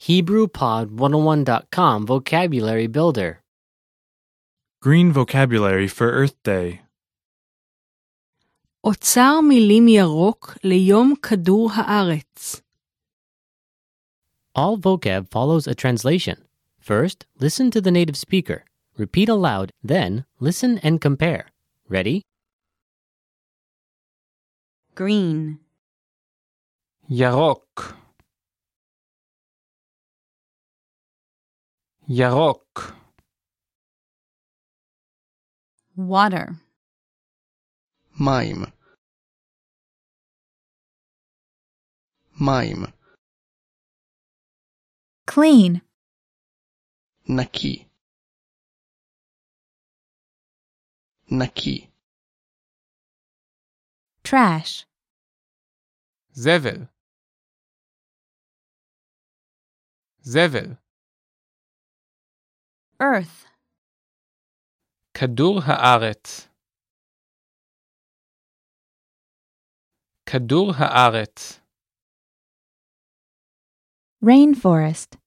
HebrewPod101.com Vocabulary Builder. Green vocabulary for Earth Day. אוצר מילים ירוק ליום כדור הארץ. All vocab follows a translation. First, listen to the native speaker. Repeat aloud, then, listen and compare. Ready? green, ירוק, ירוק, water, מים מים clean, נקי נקי trash, זבל, זבל, earth, כדור הארץ, כדור הארץ, rainforest,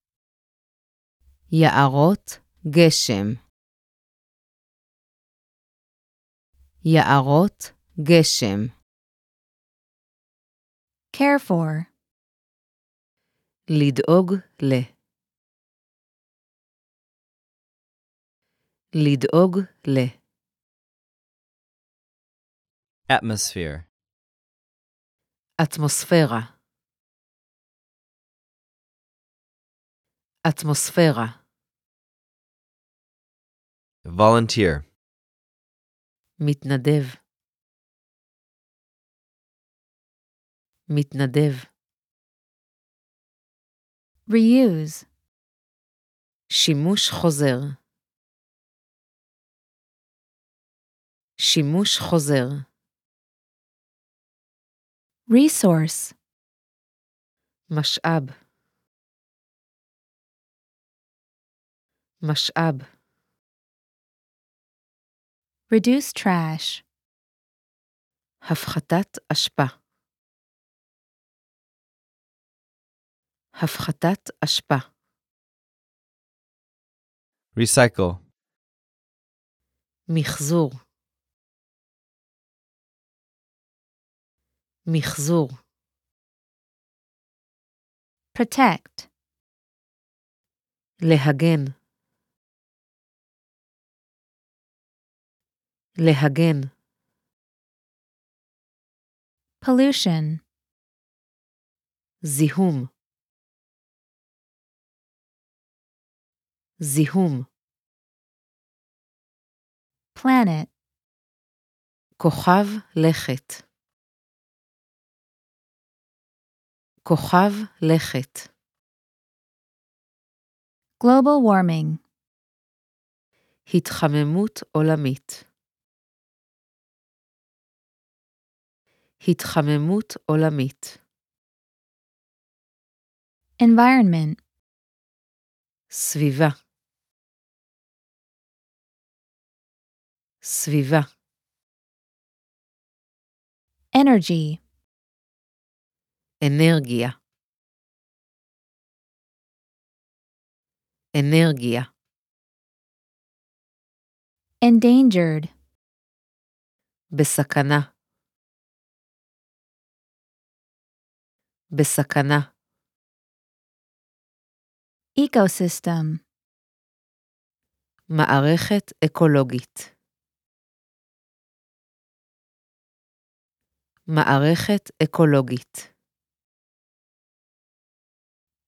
יערות גשם. יערות גשם. care for, לדאוג ל. לדאוג ל. Atmosphere. אטמוספירה. אטמוספירה. Volunteer. מתנדב. מתנדב. reuse, שימוש חוזר. שימוש חוזר. resource, משאב. משאב. reduce trash, הפחתת אשפה. הפחתת אשפה. Recycle. מחזור. מחזור. protect, להגן. להגן. pollution, זיהום. זיהום. planet, כוכב לכת. כוכב לכת. global warming, התחממות עולמית. התחממות עולמית. environment, סביבה. סביבה. energy, אנרגיה. אנרגיה. endangered, בסכנה. בסכנה. ecosystem, מערכת אקולוגית. מערכת אקולוגית.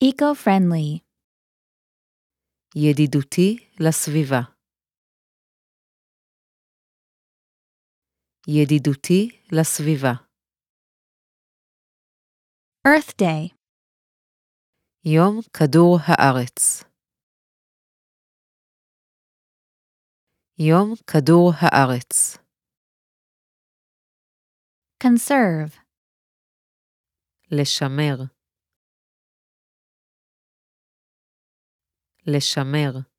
eco-friendly, ידידותי לסביבה. ידידותי לסביבה. Earth Day, יום כדור הארץ. יום כדור הארץ. conserve, לשמר. לשמר.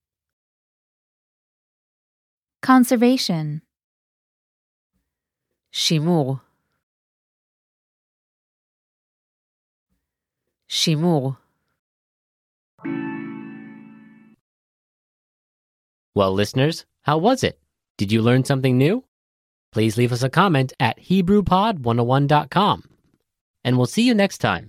conservation, שימור. שימור. Well, listeners, how was it? Did you learn something new? oh Please leave us a comment at HebrewPod101.com. And we'll see you next time.